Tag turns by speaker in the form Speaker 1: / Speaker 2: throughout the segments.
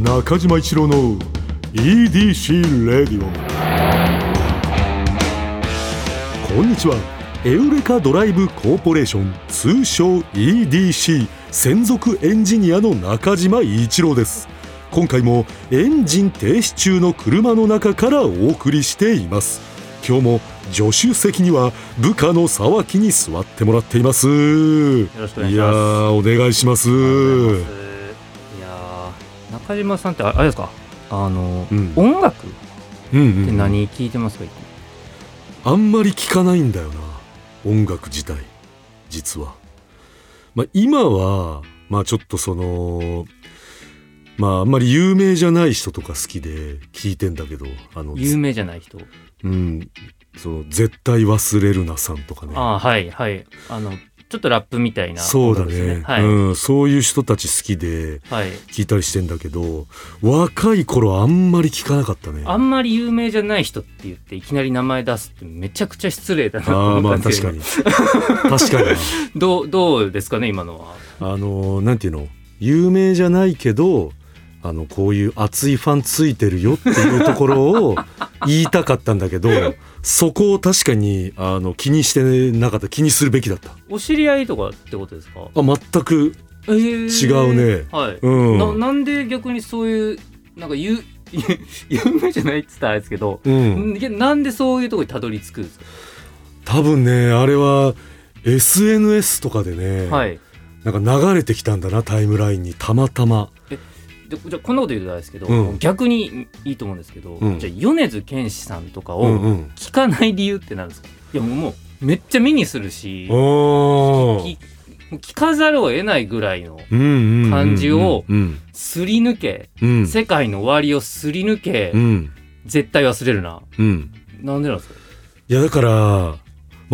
Speaker 1: 中島一郎の EDC レディオこんにちはエウレカドライブコーポレーション通称 EDC 専属エンジニアの中島一郎です今回もエンジン停止中の車の中からお送りしています今日も助手席には部下の沢木に座ってもらっていますよ
Speaker 2: ろしくお願いします
Speaker 1: やーお願いします
Speaker 2: ありがとうございますいやー中島さんってああれですかあの、
Speaker 1: うん
Speaker 2: 音楽っ
Speaker 1: うんうん
Speaker 2: て何聞いてますか、いつも
Speaker 1: あんまり聞かないんだよな音楽自体実は、まあ、今は、まあ、ちょっとそのまああんまり有名じゃない人とか好きで聞いてんだけどあの、
Speaker 2: 有名じゃない人
Speaker 1: うん、その絶対忘れるなさんとかね
Speaker 2: ああはいはいあのちょっとラップみたいな
Speaker 1: そうだ
Speaker 2: 音楽
Speaker 1: ね
Speaker 2: ですはい、
Speaker 1: うん、そういう人たち好きで
Speaker 2: はい
Speaker 1: 聞いたりしてんだけど若い頃あんまり聞かなかったね
Speaker 2: あんまり有名じゃない人って言っていきなり名前出すってめちゃくちゃ失礼だなと
Speaker 1: あーま
Speaker 2: 思
Speaker 1: あ
Speaker 2: ったん
Speaker 1: 確
Speaker 2: ですけ
Speaker 1: か
Speaker 2: ど、
Speaker 1: に確かにな
Speaker 2: どうどうですかね今のは
Speaker 1: あのなんていうの有名じゃないけどあのこういう熱いファンついてるよっていうところ を言いたかったんだけどそこを確かにあの気にしてなかった気にするべきだった
Speaker 2: お知り合いとかってことですか
Speaker 1: あ全く
Speaker 2: えー
Speaker 1: 違うね
Speaker 2: はい、
Speaker 1: うん
Speaker 2: ななんで逆にそういう なんか有有名じゃないっつったらあれですけど、
Speaker 1: うん
Speaker 2: いやなんでそういうとこにたどり着くんですか、
Speaker 1: 多分ねあれは SNS とかでね、
Speaker 2: はい
Speaker 1: なんか流れてきたんだなタイムラインにたまたま
Speaker 2: じゃじゃあこんなこと言うとあれですけど、
Speaker 1: うん
Speaker 2: 逆にいいと思うんですけど、
Speaker 1: うん
Speaker 2: じゃあ米津玄師さんとか
Speaker 1: うんう
Speaker 2: を
Speaker 1: ん
Speaker 2: 聞かない理由って何ですか、いやもうもうめっちゃ目にするし、
Speaker 1: おー
Speaker 2: きもう聞かざるを得ないぐらいの
Speaker 1: うんうんうん
Speaker 2: 感じを
Speaker 1: うん
Speaker 2: すり抜け、
Speaker 1: うん
Speaker 2: 世界の終わりをすり抜け、
Speaker 1: うん
Speaker 2: 絶対忘れるな
Speaker 1: うん
Speaker 2: なんでなんですか
Speaker 1: いやだから、まあ、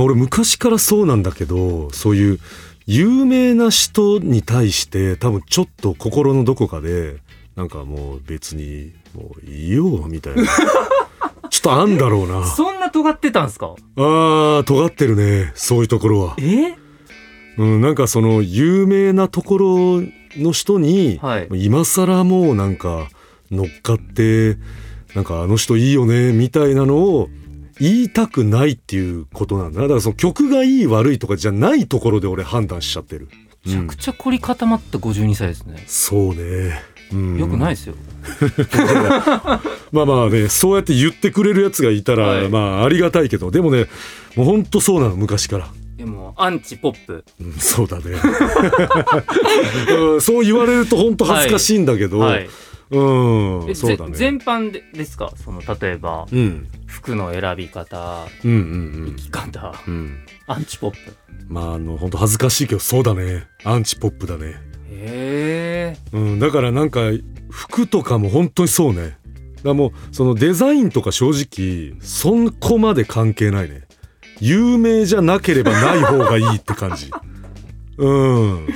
Speaker 1: 俺昔からそうなんだけどそういう有名な人に対して多分ちょっと心のどこかでなんかもう別にもういいよみたい なちょっとあんだろうなあ
Speaker 2: そんな尖ってたんですか
Speaker 1: ー尖ってるねそういうところは、
Speaker 2: え
Speaker 1: うん、なんかその有名なところの人に、
Speaker 2: はい
Speaker 1: 今更もうなんか乗っかってなんかあの人いいよねみたいなのを言いたくないっていうことなんだなだからその曲がいい悪いとかじゃないところで俺判断しちゃってる、
Speaker 2: めちゃくちゃ凝り固まった52歳ですね、
Speaker 1: そうね、うん、
Speaker 2: よくない
Speaker 1: い
Speaker 2: ですよ
Speaker 1: まあまあねそうやって言ってくれるやつがいたら、
Speaker 2: はい
Speaker 1: まあありがたいけどでもねもうほんとそうなの昔から、
Speaker 2: でもアンチポップ
Speaker 1: うん、そうだ ね、うんそう言われるとほんと恥ずかしいんだけど、
Speaker 2: はい
Speaker 1: う
Speaker 2: え
Speaker 1: んそうだ
Speaker 2: ぜ
Speaker 1: ね
Speaker 2: 全般でですかその例えば
Speaker 1: うん
Speaker 2: 服の選び方
Speaker 1: うんうん
Speaker 2: 生き方
Speaker 1: うんうん
Speaker 2: アンチポップ
Speaker 1: まああの本当恥ずかしいけどそうだねアンチポップだね
Speaker 2: へえ
Speaker 1: うんだからなんか服とかも本当にそうねだからもうそのデザインとか正直そんこまで関係ないね有名じゃなければない方がいいって感じ うん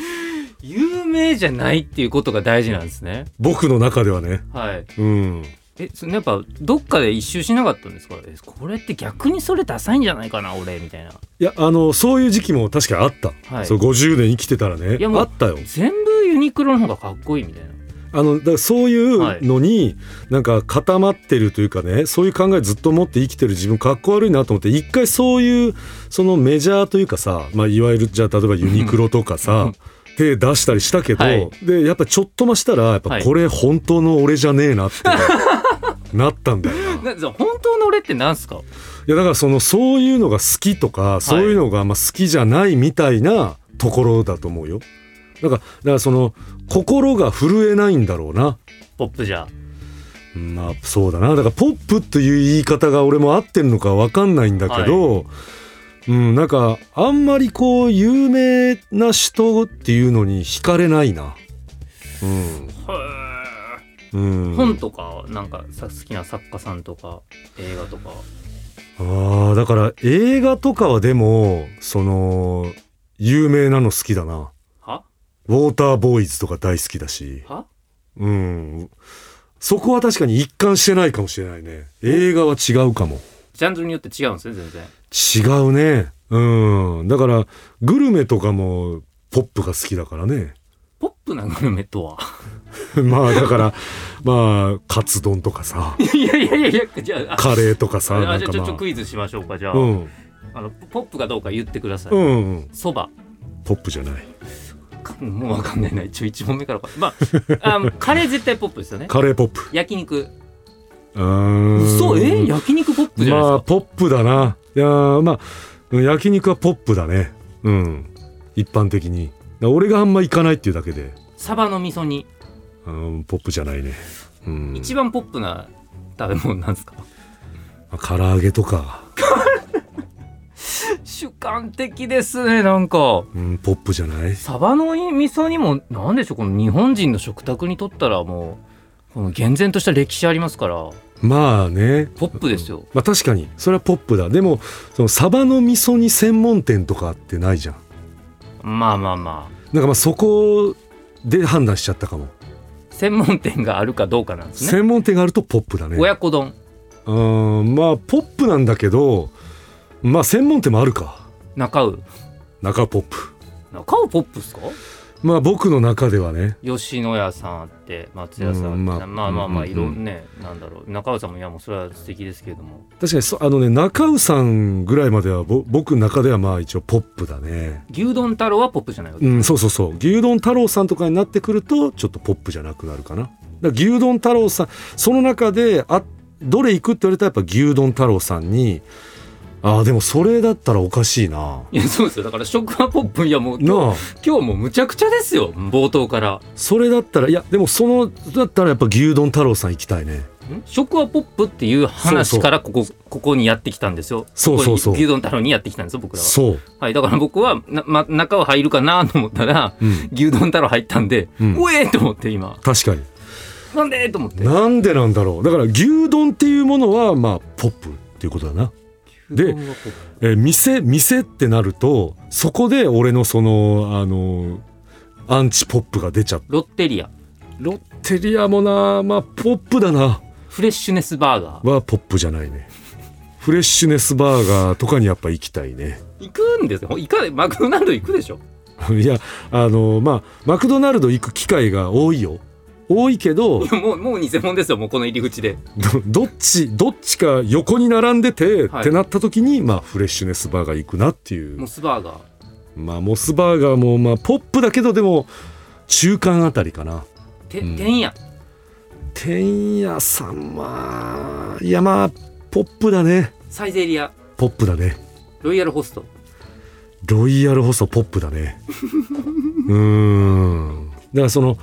Speaker 2: 有名じゃないっていうことが大事なんですね
Speaker 1: 僕の中ではね
Speaker 2: はい
Speaker 1: うん
Speaker 2: えそのやっぱどっかで一周しなかったんですかえこれって逆にそれダサいんじゃないかな俺みたいない
Speaker 1: やあのそういう時期も確かにあった、
Speaker 2: はい
Speaker 1: そう50年生きてたらね
Speaker 2: いやもう
Speaker 1: あったよ
Speaker 2: 全部ユニクロの方がかっこいいみたいな
Speaker 1: あのだからそういうのになんか固まってるというかねそういう考えずっと持って生きてる自分かっこ悪いなと思って一回そういうそのメジャーというかさ、まあ、いわゆるじゃあ例えばユニクロとか
Speaker 2: う
Speaker 1: さ
Speaker 2: ん
Speaker 1: 手出したりしたけど、
Speaker 2: はい
Speaker 1: でやっぱちょっと増したらやっぱ
Speaker 2: はい
Speaker 1: これ本当の俺じゃねえなって なったんだよな。い
Speaker 2: な本当の俺ってなんすか
Speaker 1: やだからそのそういうのが好きとかそういうのがまあ好きじゃないみたいなところだと思うよ。だからだからその心が震えないんだろうな。
Speaker 2: ポップじゃ
Speaker 1: まあそうだなだからポップっていう言い方が俺も合ってるのか分かんないんだけど、うんなんかあんまりこう有名な人っていうのに惹かれないなうん、うん、
Speaker 2: 本とかなんかさ好きな作家さんとか映画とか
Speaker 1: あーだから映画とかはでもその有名なの好きだな
Speaker 2: は
Speaker 1: ウォーターボーイズとか大好きだし
Speaker 2: は
Speaker 1: うんそこは確かに一貫してないかもしれないね映画は違うかも
Speaker 2: ジャンルによって違うんですね全然
Speaker 1: 違うねうんだからグルメとかもポップが好きだからね
Speaker 2: ポップなグルメとは
Speaker 1: まあだからまあカツ丼とかさ
Speaker 2: いやいやいやいやじゃあ
Speaker 1: カレーとかさ
Speaker 2: あ
Speaker 1: な
Speaker 2: あ
Speaker 1: ん
Speaker 2: じゃあ
Speaker 1: か
Speaker 2: ちょ
Speaker 1: ま
Speaker 2: っと
Speaker 1: あ
Speaker 2: クイズしましょうかじゃあ,、
Speaker 1: うん
Speaker 2: あのポップかどうか言ってください
Speaker 1: うんうん
Speaker 2: そば、
Speaker 1: ポップじゃない
Speaker 2: かもうわかんないな一応1問目からかま ああカレー絶対ポップですよね
Speaker 1: カレーポップ
Speaker 2: 焼肉
Speaker 1: うーん
Speaker 2: 嘘え焼肉ポップじゃないで
Speaker 1: ま
Speaker 2: すか、
Speaker 1: あポップだないやーまあうん焼肉はポップだねうん一般的にだ俺があんま行かないっていうだけで、
Speaker 2: サバの味噌煮
Speaker 1: うん、ポップじゃないねうん
Speaker 2: 一番ポップな食べ物なんですか
Speaker 1: まあ唐揚げとか、
Speaker 2: 主観的ですねなんか
Speaker 1: うん、ポップじゃない
Speaker 2: サバの味噌煮もなんでしょうこの日本人の食卓にとったらもうこの厳然とした歴史ありますから
Speaker 1: まあね
Speaker 2: ポップですよ
Speaker 1: まあ確かにそれはポップだでもそのサバの味噌煮専門店とかってないじゃん
Speaker 2: まあまあまあ
Speaker 1: なんかまあそこで判断しちゃったかも、
Speaker 2: 専門店があるかどうかなんですね
Speaker 1: 専門店があるとポップだね
Speaker 2: 親子丼
Speaker 1: うんまあポップなんだけどまあ専門店もあるか
Speaker 2: 中尾
Speaker 1: 中ポップ
Speaker 2: 中尾ポップっすか
Speaker 1: まあ僕の中ではね
Speaker 2: 吉野家さんあって松屋さんあって、
Speaker 1: うんま
Speaker 2: ま
Speaker 1: あ
Speaker 2: あ、まあまあまあ
Speaker 1: うん
Speaker 2: いろんなね、なんだろう中尾さんもいやもうそれは素敵ですけれども
Speaker 1: 確かにそあのね中尾さんぐらいまではぼ僕の中ではまあ一応ポップだね
Speaker 2: 牛丼太郎はポップじゃないわけ
Speaker 1: うんそうそうそう牛丼太郎さんとかになってくるとちょっとポップじゃなくなるかなだから牛丼太郎さんその中であどれ行くって言われたらやっぱ牛丼太郎さんにああでもそれだったらおかしいない
Speaker 2: やそうですよだから食はポップいやもう今日
Speaker 1: なあ
Speaker 2: 今日もうむちゃくちゃですよ冒頭から
Speaker 1: それだったらいやでもそのだったらやっぱ牛丼太郎さん行きたいね
Speaker 2: 食はポップっていう話からここここにやってきたんですよ
Speaker 1: そうそうそう
Speaker 2: ここに牛丼太郎にやってきたんですよ僕らは
Speaker 1: そう、
Speaker 2: はいだから僕はな、ま、中尾入るかなと思ったら
Speaker 1: うん、
Speaker 2: 牛丼太郎入ったんで、
Speaker 1: う
Speaker 2: うんえーと思って今
Speaker 1: 確かに
Speaker 2: なんでと思って
Speaker 1: なんでなんだろうだから牛丼っていうものはまあポップっていうことだな、で
Speaker 2: 牛丼はポップ
Speaker 1: えー店店ってなるとそこで俺のそのあのアンチポップが出ちゃう
Speaker 2: ロッテリア
Speaker 1: ロッテリアもなまあポップだな
Speaker 2: フレッシュネスバーガー
Speaker 1: はポップじゃないねフレッシュネスバーガーとかにやっぱ行きたいね
Speaker 2: 行くんですよ行かないマクドナルド行くでしょ
Speaker 1: いやあのまあマクドナルド行く機会が多いよ多いけど
Speaker 2: いやもうもう偽物ですよもうこの入り口で
Speaker 1: どどっちどっちか横に並んでて、
Speaker 2: はい
Speaker 1: ってなった時にまあフレッシュネスバーガー行くなっていう
Speaker 2: モスバーガー
Speaker 1: まあモスバーガーもまあポップだけどでも中間あたりかな
Speaker 2: て、
Speaker 1: うん
Speaker 2: ん、てんや
Speaker 1: てんやさんまあいやまあポップだね
Speaker 2: サイゼリア
Speaker 1: ポップだね
Speaker 2: ロイヤルホスト
Speaker 1: ロイヤルホストポップだ ねうーんだからその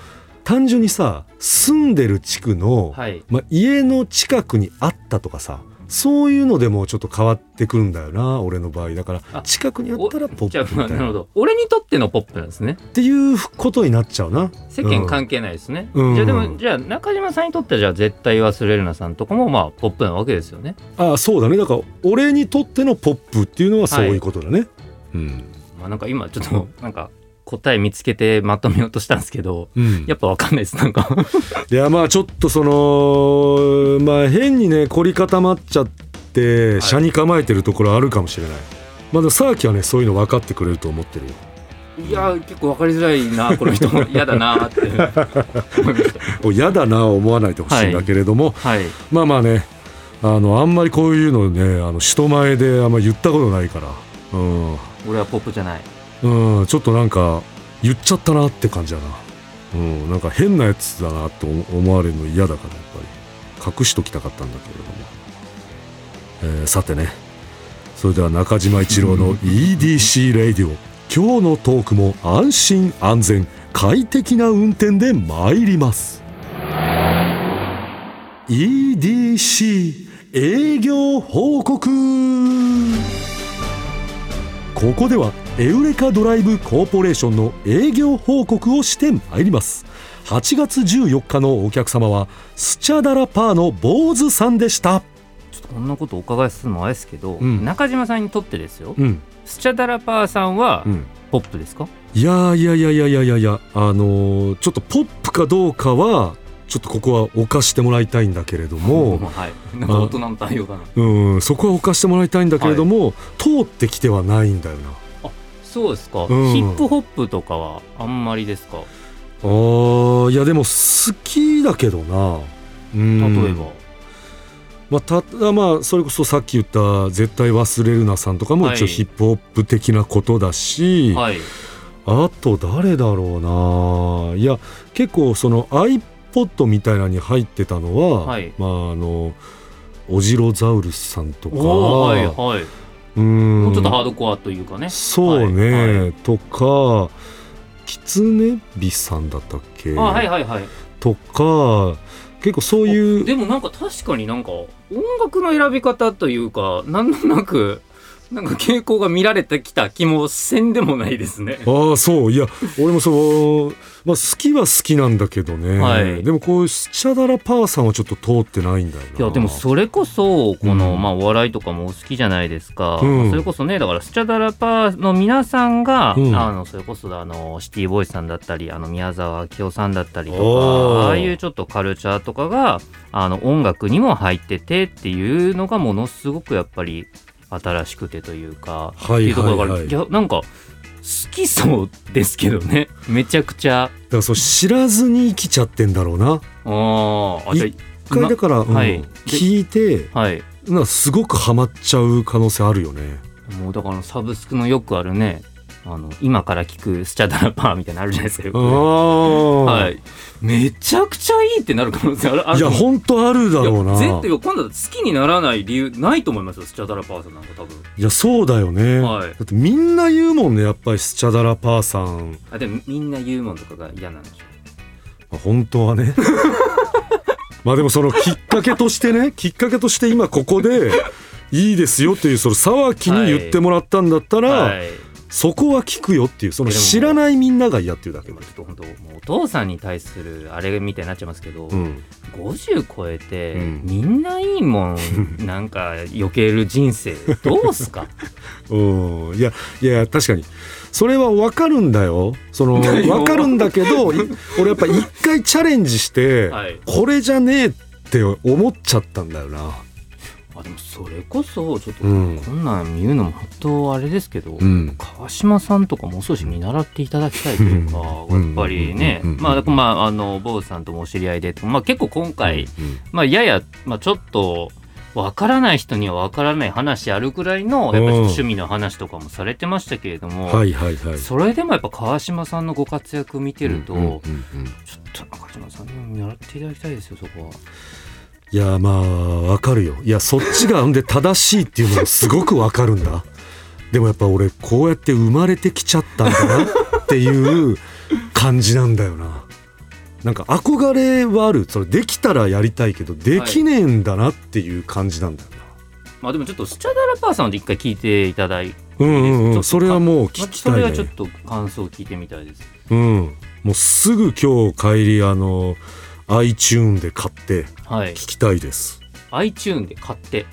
Speaker 1: 単純にさ住んでる地区の、
Speaker 2: はい
Speaker 1: まあ、家の近くにあったとかさそういうのでもちょっと変わってくるんだよな俺の場合だか
Speaker 2: あ
Speaker 1: ら近くにあったらポ
Speaker 2: じゃ
Speaker 1: ップ
Speaker 2: あ
Speaker 1: み
Speaker 2: な
Speaker 1: たい
Speaker 2: る
Speaker 1: な
Speaker 2: ほ
Speaker 1: っ
Speaker 2: ど俺にとってのポップなんですね
Speaker 1: ていうことになっちゃうな
Speaker 2: 世間関係ないですね、
Speaker 1: うん
Speaker 2: じゃあで
Speaker 1: うん
Speaker 2: もじゃあ中島さんにとってはじゃあ絶対忘れるなさんとかもまあポップなわけですよね、
Speaker 1: ああそうだねだから俺にとってのポップっていうのはそういうことだね、うん、
Speaker 2: まあ、なんか今ちょっと なんか答え見つけてまとめようとしたんですけど
Speaker 1: うん、
Speaker 2: やっぱわかんないですなんか
Speaker 1: いやまあちょっとそのまあ変にね凝り固まっちゃって
Speaker 2: い
Speaker 1: 車に構えてるところあるかもしれない、まだサーキはねそういうの分かってくれると思ってるよ
Speaker 2: いやー結構わかりづらいなこの 人嫌だなー って思いました
Speaker 1: お嫌だな思わないでほしいんだけれども、
Speaker 2: はい
Speaker 1: まあまあねあのあんまりこういうのねあの人前であんま言ったことないからう
Speaker 2: 俺はポップじゃない
Speaker 1: ん、うん、ちょっとなんか言っちゃったなって感じだな、うん、なんか変なやつだなと思思われるの嫌だからやっぱり隠しときたかったんだけれども、えーさてねそれでは中島一郎の EDC レイディオ今日のトークも安心安全快適な運転で参ります EDC 営業報告ここではエウレカドライブコーポレーションの営業報告をしてまいります8月14日のお客様はスチャダラパーの坊主さんでした
Speaker 2: ちょっとこんなことお伺いするのはあれですけど、
Speaker 1: うん
Speaker 2: 中島さんにとってですよ
Speaker 1: うん
Speaker 2: スチャダラパーさんは
Speaker 1: うん
Speaker 2: ポップですか、
Speaker 1: いやーいやいやいやいやいやいやあのーちょっとポップかどうかはちょっとここは犯してもらいたいんだけれども、
Speaker 2: はい なんか大人の対応かな
Speaker 1: うん、そこは犯してもらいたいんだけれども、通ってきてはないんだよな
Speaker 2: そうですか、
Speaker 1: うん
Speaker 2: ヒップホップとかはあんまりですか
Speaker 1: あーいやでも好きだけどなうん
Speaker 2: 例えば、
Speaker 1: まあ、ただまあそれこそさっき言った「絶対忘れるな」さんとかも
Speaker 2: はい
Speaker 1: 一応ヒップホップ的なことだし、
Speaker 2: はい
Speaker 1: あと誰だろうないや結構その iPod みたいなのに入ってたのは、
Speaker 2: はい
Speaker 1: まああのオジロザウルスさんとか
Speaker 2: おーはいはい、
Speaker 1: うん
Speaker 2: もうちょっとハードコアというかね
Speaker 1: そうね、
Speaker 2: はいは
Speaker 1: とかキツネビさんだったっけ、
Speaker 2: あはいはいはい
Speaker 1: とか結構そういう
Speaker 2: でもなんか確かになんか音楽の選び方というかなんとなくなんか傾向が見られてきた気もせんでもないですね。
Speaker 1: ああそういや俺もそう、まあ、好きは好きなんだけどね、
Speaker 2: はい
Speaker 1: でもこういうスチャダラパーさんはちょっと通ってないんだよない
Speaker 2: いやでもそれこそこの、
Speaker 1: うん
Speaker 2: まあ、お笑いとかもお好きじゃないですか、
Speaker 1: うん
Speaker 2: それこそねだからスチャダラパーの皆さんが、
Speaker 1: うん
Speaker 2: あのそれこそあのシティボーイズさんだったりあの宮沢明夫さんだったりと
Speaker 1: おー
Speaker 2: かああいうちょっとカルチャーとかがあの音楽にも入っててっていうのがものすごくやっぱり新しくてというか、
Speaker 1: は
Speaker 2: って
Speaker 1: い
Speaker 2: いうとこ
Speaker 1: はい
Speaker 2: ろだ
Speaker 1: は
Speaker 2: から、
Speaker 1: い
Speaker 2: いやなんか好きそうですけどね めちゃくちゃ
Speaker 1: だからそう知らずに生きちゃってんだろうな
Speaker 2: あーあじゃあ
Speaker 1: 一回だから、うん
Speaker 2: はい
Speaker 1: 聞いて
Speaker 2: はい
Speaker 1: なんかすごくハマっちゃう可能性あるよね
Speaker 2: もうだからサブスクのよくあるねあの今から聞くスチャダラパーみたいなのあるじゃないですか よ
Speaker 1: あ
Speaker 2: く
Speaker 1: あ、
Speaker 2: はい、めちゃくちゃいいってなる可能性あるある
Speaker 1: いや本当あるだろう
Speaker 2: いや
Speaker 1: な
Speaker 2: 絶対今度は好きにならない理由ないと思いますよスチャダラパーさんなんか多分
Speaker 1: いやそうだよね、
Speaker 2: は
Speaker 1: だ
Speaker 2: い
Speaker 1: ってみんな言うもんねやっぱりスチャダラパーさん
Speaker 2: あでもみんな言うもんとかが嫌なんでしょ
Speaker 1: まあ本当はね まあでもそのきっかけとしてねきっかけとして今ここでいいですよっていうその沢木に言ってもらったんだったら、
Speaker 2: はい
Speaker 1: そこは聞くよっていうその
Speaker 2: でも
Speaker 1: 知らないみんなが嫌っていうだけ
Speaker 2: で
Speaker 1: で
Speaker 2: もちょっと本当もうお父さんに対するあれみたいになっちゃいますけど、
Speaker 1: うん、
Speaker 2: 50超えて、
Speaker 1: うん
Speaker 2: みんない いもんなんか避ける人生どう すか
Speaker 1: うん、いやいや確かにそれは分かるんだよそ の
Speaker 2: だよ
Speaker 1: 分かるんだけ どい俺やっぱ一回チャレンジして、
Speaker 2: はい
Speaker 1: これじゃねえって思っちゃったんだよな
Speaker 2: あでもそれこそちょっと、
Speaker 1: うん
Speaker 2: こんなん言うのも本当あれですけど、
Speaker 1: うん
Speaker 2: 川島さんとかもう少し見習っていただきたいというか、
Speaker 1: うん
Speaker 2: やっぱりね、
Speaker 1: うん
Speaker 2: まあだからまああの坊主さんともお知り合いで、まあ、結構今回、
Speaker 1: うん
Speaker 2: まあ、やや、まあ、ちょっと。わからない人にはわからない話あるくらいのやっぱり趣味の話とかもされてましたけれども、
Speaker 1: はいはいはい
Speaker 2: それでもやっぱ川島さんのご活躍見てると、
Speaker 1: うんうんうん
Speaker 2: ちょっと中島さんにも見習っていただきたいですよそこはい
Speaker 1: やまあわかるよいやそっちがほんで正しいっていうのもすごくわかるんだ でもやっぱ俺こうやって生まれてきちゃったんだなっていう感じなんだよななんか憧れはあるそれできたらやりたいけどできねえんだなっていう感じなんだよな、
Speaker 2: まあでもちょっとスチャダラパーさんで一回聞いていただいて、
Speaker 1: うんうん
Speaker 2: ち
Speaker 1: う
Speaker 2: ょっ
Speaker 1: ん
Speaker 2: と
Speaker 1: それはもう聞き
Speaker 2: そ
Speaker 1: た
Speaker 2: れ
Speaker 1: い
Speaker 2: はちょっ
Speaker 1: ね
Speaker 2: と感想を聞いてみたいです
Speaker 1: うんもうすぐ今日帰りあの iTune で買って
Speaker 2: はい
Speaker 1: 聞きたいです
Speaker 2: iTune で買って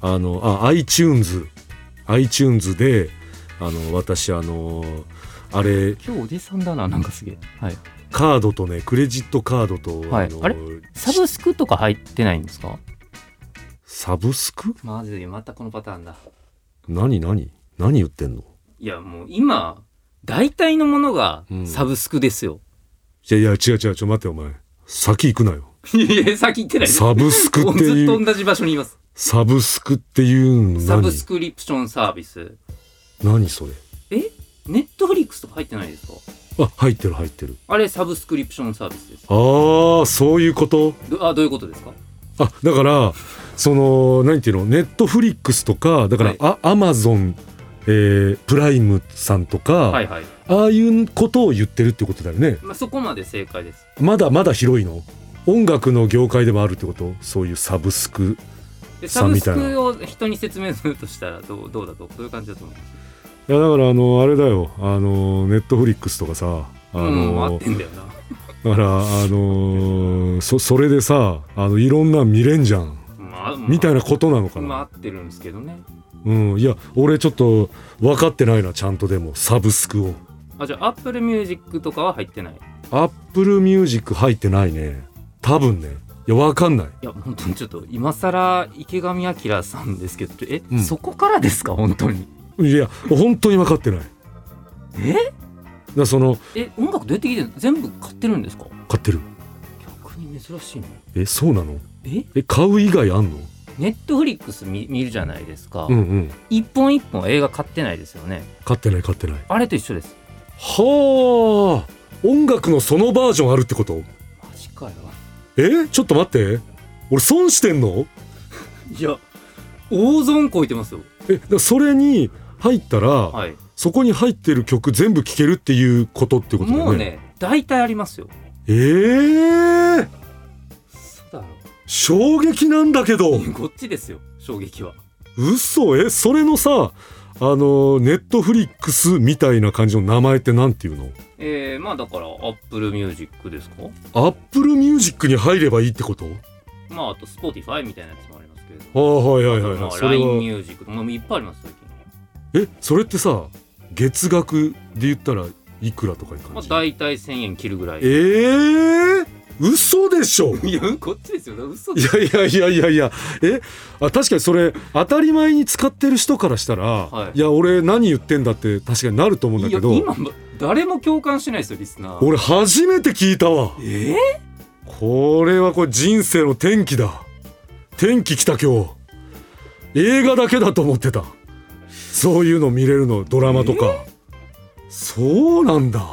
Speaker 1: あのあ iTunes iTunes であの私あのあれ
Speaker 2: 今日おじさんだななんかすげえ、はい、
Speaker 1: カードとねクレジットカードと、
Speaker 2: はい
Speaker 1: の
Speaker 2: あれサブスクとか入ってないんですか
Speaker 1: サブスク
Speaker 2: まずいまたこのパターンだ
Speaker 1: 何何何言ってんの
Speaker 2: いやもう今大体のものが
Speaker 1: うん
Speaker 2: サブスクですよ、
Speaker 1: いやいや違う違うちょっと待ってお前先行くなよ
Speaker 2: いや先言ってないです
Speaker 1: サブスクって
Speaker 2: ずっ
Speaker 1: い
Speaker 2: と
Speaker 1: う
Speaker 2: 同じ場所にいます
Speaker 1: サブスクっていうの
Speaker 2: サブ
Speaker 1: 何
Speaker 2: スクリプションサービス
Speaker 1: 何それ
Speaker 2: えネットフリックスとか入ってないですか
Speaker 1: あ入ってる入ってる
Speaker 2: あれサブスクリプションサービスです
Speaker 1: ああそういうこと
Speaker 2: どあどういうことですか
Speaker 1: あだからその何ていうのネットフリックスとかだから、
Speaker 2: はい
Speaker 1: あアマゾン、えープライムさんとか、
Speaker 2: はいはい、
Speaker 1: ああいうことを言ってるってことだよね
Speaker 2: まあ、そこまで正解です
Speaker 1: まだまだ広いの音楽の業界でもあるってことそういうサブスク
Speaker 2: で
Speaker 1: さ
Speaker 2: サ
Speaker 1: あ
Speaker 2: ブ
Speaker 1: み
Speaker 2: ス
Speaker 1: たいな
Speaker 2: クを人に説明するとしたらどう どうだとそういう感じだと思います
Speaker 1: いやだからあのあれだよあのネットフリックスとかさあ
Speaker 2: うん合
Speaker 1: の、
Speaker 2: っ
Speaker 1: だ
Speaker 2: てんだよな
Speaker 1: からあのそそれでさあのいろんな見れんじゃん
Speaker 2: まあ、まあ
Speaker 1: みたいなことなのかな、
Speaker 2: まあ合ってるんですけどね
Speaker 1: うんいや俺ちょっと分かってないなちゃんとでもサブスクを。
Speaker 2: あじゃあアップルミュージックとかは入ってないい
Speaker 1: アップルミュージック入ってないね多分ねいやわかんない
Speaker 2: や本当にちょっと今更池上彰さんですけどえ、
Speaker 1: うん
Speaker 2: そこからですか本当に
Speaker 1: いや本当に分かってない
Speaker 2: え
Speaker 1: らその
Speaker 2: え音楽どうやって聞いてるの全部買ってるんですか
Speaker 1: 買ってる
Speaker 2: 逆に珍しいね
Speaker 1: えそうなの
Speaker 2: え
Speaker 1: え買う以外あんの
Speaker 2: ネットフリックス見見るじゃないですか、
Speaker 1: うんうん
Speaker 2: 一本一本映画買ってないですよね
Speaker 1: 買ってない買ってない
Speaker 2: あれと一緒です
Speaker 1: はあ音楽のそのバージョンあるってこと
Speaker 2: マジかよ
Speaker 1: えちょっと待って俺損してんの
Speaker 2: いや大損こいてますよ
Speaker 1: えだからそれに入ったら、
Speaker 2: はい
Speaker 1: そこに入ってる曲全部聴けるっていうことってことだよね
Speaker 2: もうね大体ありますよ
Speaker 1: えー、
Speaker 2: そうだろ
Speaker 1: 衝撃なんだけど
Speaker 2: こっちですよ衝撃は
Speaker 1: 嘘えそれのさあのネットフリックスみたいな感じの名前ってなんていうの
Speaker 2: えー、まあだからアップルミュージックですか
Speaker 1: アップルミュージックに入ればいいってこと
Speaker 2: まああと Spotify みたいなやつもありますけれど
Speaker 1: ああはいはいはい、
Speaker 2: ま
Speaker 1: はい、
Speaker 2: あ、
Speaker 1: それ
Speaker 2: LINE ミ
Speaker 1: は
Speaker 2: ュージックもういっぱいあります最近
Speaker 1: えそれってさ月額で言ったらいくらとかいう
Speaker 2: ま
Speaker 1: 感
Speaker 2: あ
Speaker 1: じ、
Speaker 2: 大体1000円切るぐらい
Speaker 1: え
Speaker 2: い
Speaker 1: ー、嘘でしょ
Speaker 2: やこっちですよ嘘
Speaker 1: い
Speaker 2: です
Speaker 1: やいやいやいやいやえあ確かにそれ当たり前に使ってる人からしたら、、
Speaker 2: はい
Speaker 1: や俺何言ってんだって確かになると思うんだ
Speaker 2: いや
Speaker 1: けど
Speaker 2: 今誰も共感しないですよリスナー
Speaker 1: 俺初めて聞いたわ
Speaker 2: えー、
Speaker 1: これはこれ人生の転機だ転機来た今日映画だけだと思ってたそういうの見れるのドラマとか、そうなんだ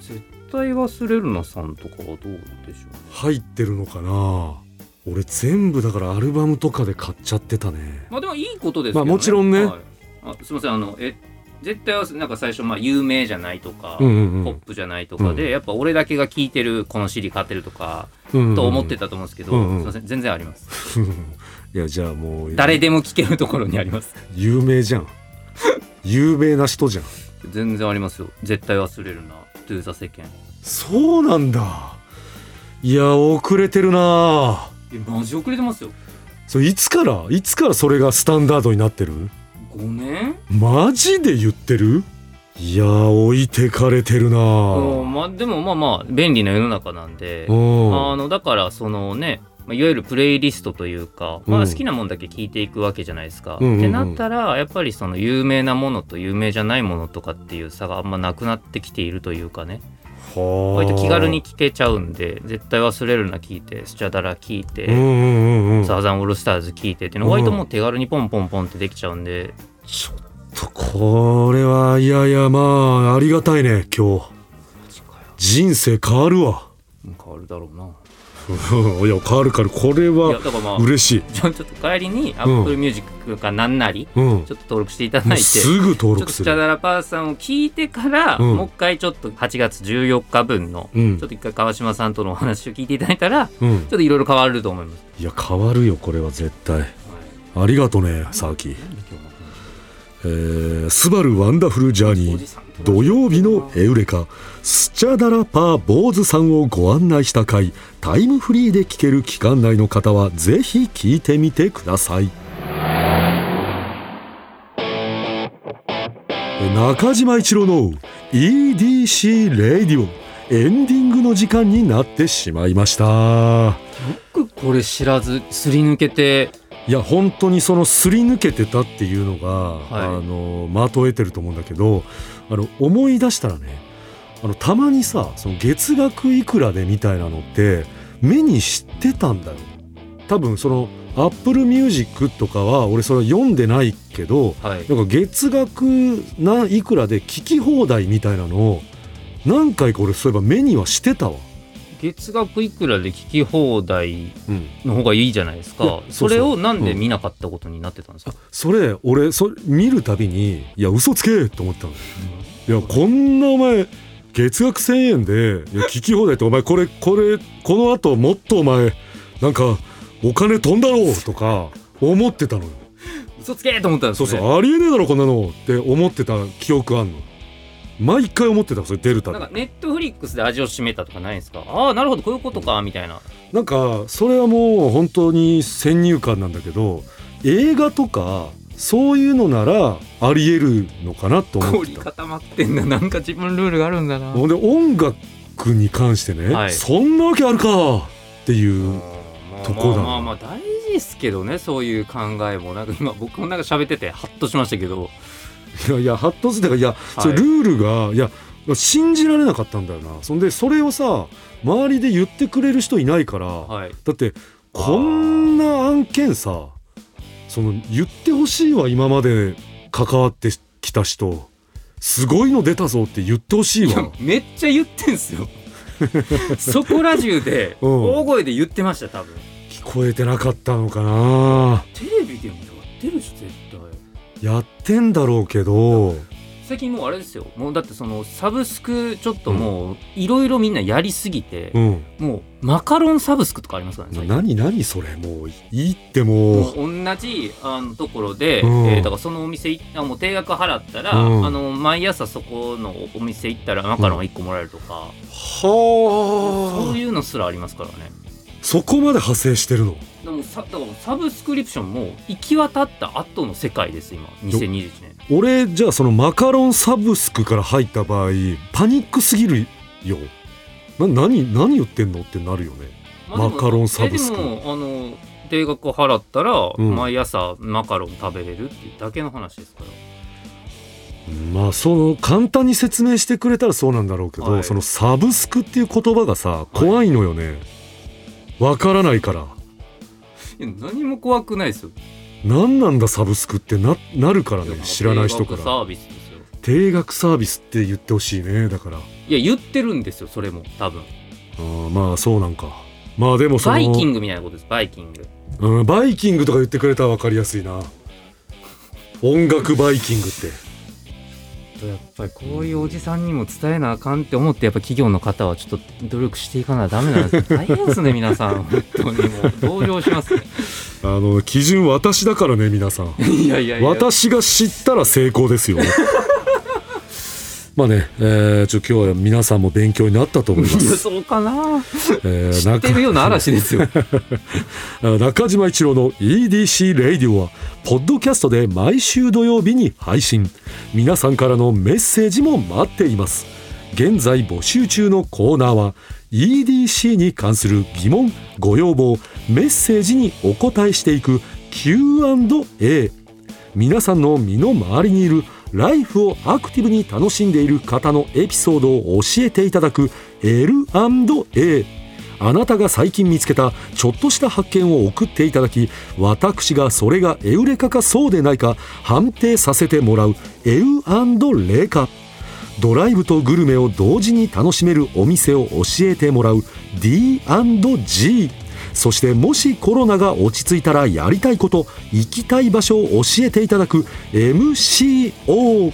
Speaker 2: 絶対忘れるなさんとかはどうでしょうね
Speaker 1: 入ってるのかな俺全部だからアルバムとかで買っちゃってたね
Speaker 2: まあでもいいことですけ
Speaker 1: ま
Speaker 2: ど、
Speaker 1: あ
Speaker 2: ね、
Speaker 1: もちろんね
Speaker 2: はいあすみませんあのえ絶対はなんか最初まあ有名じゃないとか、
Speaker 1: うんうん
Speaker 2: ポップじゃないとかで、やっぱ俺だけが聴いてるこの CD 買ってるとか
Speaker 1: うん
Speaker 2: と思ってたと思うんですけど、
Speaker 1: うんうん
Speaker 2: すみません全然あります
Speaker 1: うんいやじゃあもう
Speaker 2: 誰でも聴けるところにあります
Speaker 1: 有名じゃん有名な人じゃん
Speaker 2: 全然ありますよ絶対忘れるなトゥーザ世間
Speaker 1: そうなんだいや遅れてるな
Speaker 2: えマジ遅れてますよ
Speaker 1: それいつからいつからそれがスタンダードになってる
Speaker 2: 5年
Speaker 1: マジで言ってるいやー置いてかれてるな
Speaker 2: うん
Speaker 1: あ
Speaker 2: まあでもまあまあ便利な世の中なんであのだからそのねまあいわゆるプレイリストというか、ま
Speaker 1: う
Speaker 2: あ、
Speaker 1: ん
Speaker 2: 好きなもんだけ聞いていくわけじゃないですか。
Speaker 1: うんうんうん
Speaker 2: ってなったらやっぱりその有名なものと有名じゃないものとかっていう差があんまなくなってきているというかねこうやって気軽に聞けちゃうんで絶対忘れるな聞いてスチャダラ聞い
Speaker 1: うんう
Speaker 2: て、
Speaker 1: んうんうん
Speaker 2: サーザンオールスターズ聞いてっていうの
Speaker 1: うん
Speaker 2: 割ともう手軽にポンポンポンってできちゃうんで
Speaker 1: ちょっとこれはいやいやまあありがたいね今日
Speaker 2: マジかよ
Speaker 1: 人生変わるわ
Speaker 2: 変わるだろうな。
Speaker 1: いや変わるからこれ
Speaker 2: いや
Speaker 1: は
Speaker 2: だからまあ
Speaker 1: 嬉しい
Speaker 2: ちょちょっと帰りに Apple Music かなんなり
Speaker 1: うん
Speaker 2: ちょっと登録していた
Speaker 1: もう
Speaker 2: だいて。
Speaker 1: すぐ登
Speaker 2: ちょっ
Speaker 1: 録
Speaker 2: と
Speaker 1: す
Speaker 2: スチャ
Speaker 1: る
Speaker 2: ダラパーさんを聞いてから、
Speaker 1: うん
Speaker 2: もう一回ちょっと8月14日分の、
Speaker 1: うん
Speaker 2: ちょっと一回川島さんとのお話を聞いていただいたらちょ
Speaker 1: うん
Speaker 2: っといろいろ変わると思います。
Speaker 1: いや変わるよこれは絶対ありがとねサーキーえースバルワンダフルジャーニー土曜日のエウレカスチャダラパー坊主さんをご案内した回タイムフリーで聴ける期間内の方はぜひ聞いてみてください中島一郎の EDC レイディオエンディングの時間になってしまいました
Speaker 2: 僕これ知らずすり抜けて
Speaker 1: いや本当にそのすり抜けてたっていうのが、
Speaker 2: はい
Speaker 1: あのまとえてると思うんだけどあの思い出したらねあのたまにさその月額いくらでみたいなのって目にしてたんだよ多分そのアップルミュージックとかは俺それは読んでないけど
Speaker 2: はい
Speaker 1: なんか月額ないくらで聞き放題みたいなのを何回か俺そういえば目にはしてたわ。
Speaker 2: 月額いくらで聞き放題
Speaker 1: うん
Speaker 2: の方がいいじゃないです
Speaker 1: い
Speaker 2: か
Speaker 1: やそ
Speaker 2: そう
Speaker 1: そう
Speaker 2: れをなんで見なかったことになってたんですか、
Speaker 1: それ俺それ見るたびにいや嘘つけと思ったのいやこんなお前月額1,000円でいや聞き放題ってお前これこれこのあともっとお前なんかお金飛んだろうとか思ってたのよ
Speaker 2: 嘘つけと思ったんです
Speaker 1: そ
Speaker 2: ね
Speaker 1: うそうありえねえだろこんなのって思ってた記憶あんの毎回思ってたそれ出るたび
Speaker 2: なんかネットフリックスで味を占めたとかないんですかああなるほどこういうことかみたいな
Speaker 1: なんかそれはもう本当に先入観なんだけど映画とかそういうのならありえるのかなと思っ
Speaker 2: 凝
Speaker 1: て
Speaker 2: り
Speaker 1: た
Speaker 2: 固まってんだなんか自分ルールがあるんだな
Speaker 1: ほんで音楽に関してね、
Speaker 2: はい
Speaker 1: そんなわけあるかっていうとこだな
Speaker 2: まあまあまあまあ大事ですけどねそういう考えもなんか今僕もなんか喋っててハッとしましたけど
Speaker 1: いやいやハッとするというかいや、
Speaker 2: い
Speaker 1: それルールがいや信じられなかったんだよなそんでそれをさ周りで言ってくれる人いないから、
Speaker 2: はい
Speaker 1: だってこんな案件さその言ってほしいわ今まで関わってきた人すごいの出たぞって言ってほしい
Speaker 2: いや
Speaker 1: わ
Speaker 2: めっちゃ言ってんす よそこら中で
Speaker 1: うん
Speaker 2: 大声で言ってました多分
Speaker 1: 聞こえてなかったのかな
Speaker 2: テレビでもやってるし絶対
Speaker 1: やってんだろうけど
Speaker 2: 最近もうあれですよもうだってそのサブスクちょっともういろいろみんなやりすぎて
Speaker 1: う、ん
Speaker 2: もうマカロンサブスクとかありますからね最近
Speaker 1: 何何それもういいって
Speaker 2: も
Speaker 1: もう
Speaker 2: う同じあのところで、
Speaker 1: うん
Speaker 2: えーだからそのお店行あもう定額払ったら、
Speaker 1: うん
Speaker 2: あの毎朝そこのお店行ったらマカロン1個もらえるとか、そ
Speaker 1: は
Speaker 2: う
Speaker 1: あ
Speaker 2: いうのすらありますからね
Speaker 1: そこまで派生してるの
Speaker 2: でもさだからサブスクリプションも行き渡った後の世界です今2021年
Speaker 1: 俺じゃあそのマカロンサブスクから入った場合パニックすぎるよな何何言ってんのってなるよね
Speaker 2: まあでも
Speaker 1: マカロンサブスク
Speaker 2: えでもあの定額を払ったら、
Speaker 1: うん
Speaker 2: 毎朝マカロン食べれるっていうだけの話ですから
Speaker 1: まあその簡単に説明してくれたらそうなんだろうけど、
Speaker 2: はい
Speaker 1: そのサブスクっていう言葉がさ怖いのよねわ、からないから
Speaker 2: いや何も怖くないですよ
Speaker 1: 何なんだサブスクってななるからね
Speaker 2: や
Speaker 1: 知らない人か
Speaker 2: 定額サ
Speaker 1: ら
Speaker 2: ービスですよ
Speaker 1: 定額サービスって言ってほしいねだからあ
Speaker 2: いや言ってるんですよそれも多分
Speaker 1: ーまあそうなんかまあでもその
Speaker 2: バイキングみたいなことですバイキング
Speaker 1: うん、バイキングとか言ってくれたら分かりやすいな音楽バイキングって
Speaker 2: やっぱりこういうおじさんにも伝えなあかんって思ってやっぱ企業の方はちょっと努力していかなダメなんです よ大変ですね皆さん本当にもう同情しますね
Speaker 1: あの基準私だからね皆さん
Speaker 2: いやいやいや
Speaker 1: 私が知ったら成功ですよまあね、えー、ちょ今日は皆さんも勉強になったと思いま
Speaker 2: いや
Speaker 1: す、
Speaker 2: そうかな
Speaker 1: えー
Speaker 2: 知ってるような嵐ですよ
Speaker 1: 中中島一郎の EDC レイディオはポッドキャストで毎週土曜日に配信皆さんからのメッセージも待っています現在募集中のコーナーは EDC に関する疑問ご要望メッセージにお答えしていく Q&A 皆さんの身の回りにいるライフをアクティブに楽しんでいる方のエピソードを教えていただく L&A あなたが最近見つけたちょっとした発見を送っていただき私がそれがエウレカかそうでないか判定させてもらうエウレカドライブとグルメを同時に楽しめるお店を教えてもらう D&G そしてもしコロナが落ち着いたらやりたいこと行きたい場所を教えていただく MCO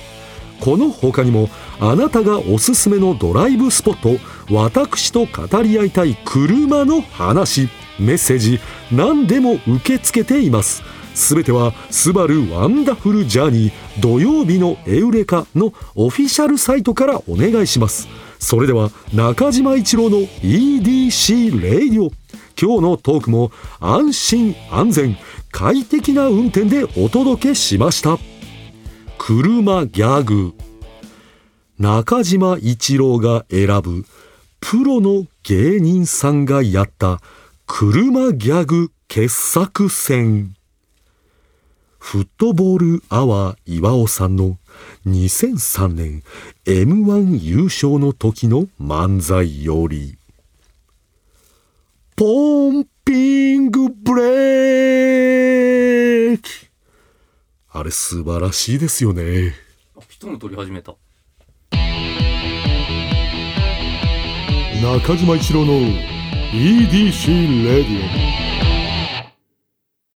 Speaker 1: この他にもあなたがおすすめのドライブスポット私と語り合いたい車の話メッセージ何でも受け付けていますすべては「スバルワンダフルジャーニー土曜日のエウレカ」のオフィシャルサイトからお願いしますそれでは中島一郎の EDC レイディオ今日のトークも安心安全快適な運転でお届けしました車ギャグ中島一郎が選ぶプロの芸人さんがやった車ギャグ傑作選フットボールアワー岩尾さんの2003年 M1 優勝の時の漫才よりポンピングブレーキあれ素晴らしいですよね。
Speaker 2: 人も取り始めた
Speaker 1: 中島一郎の EDC レディ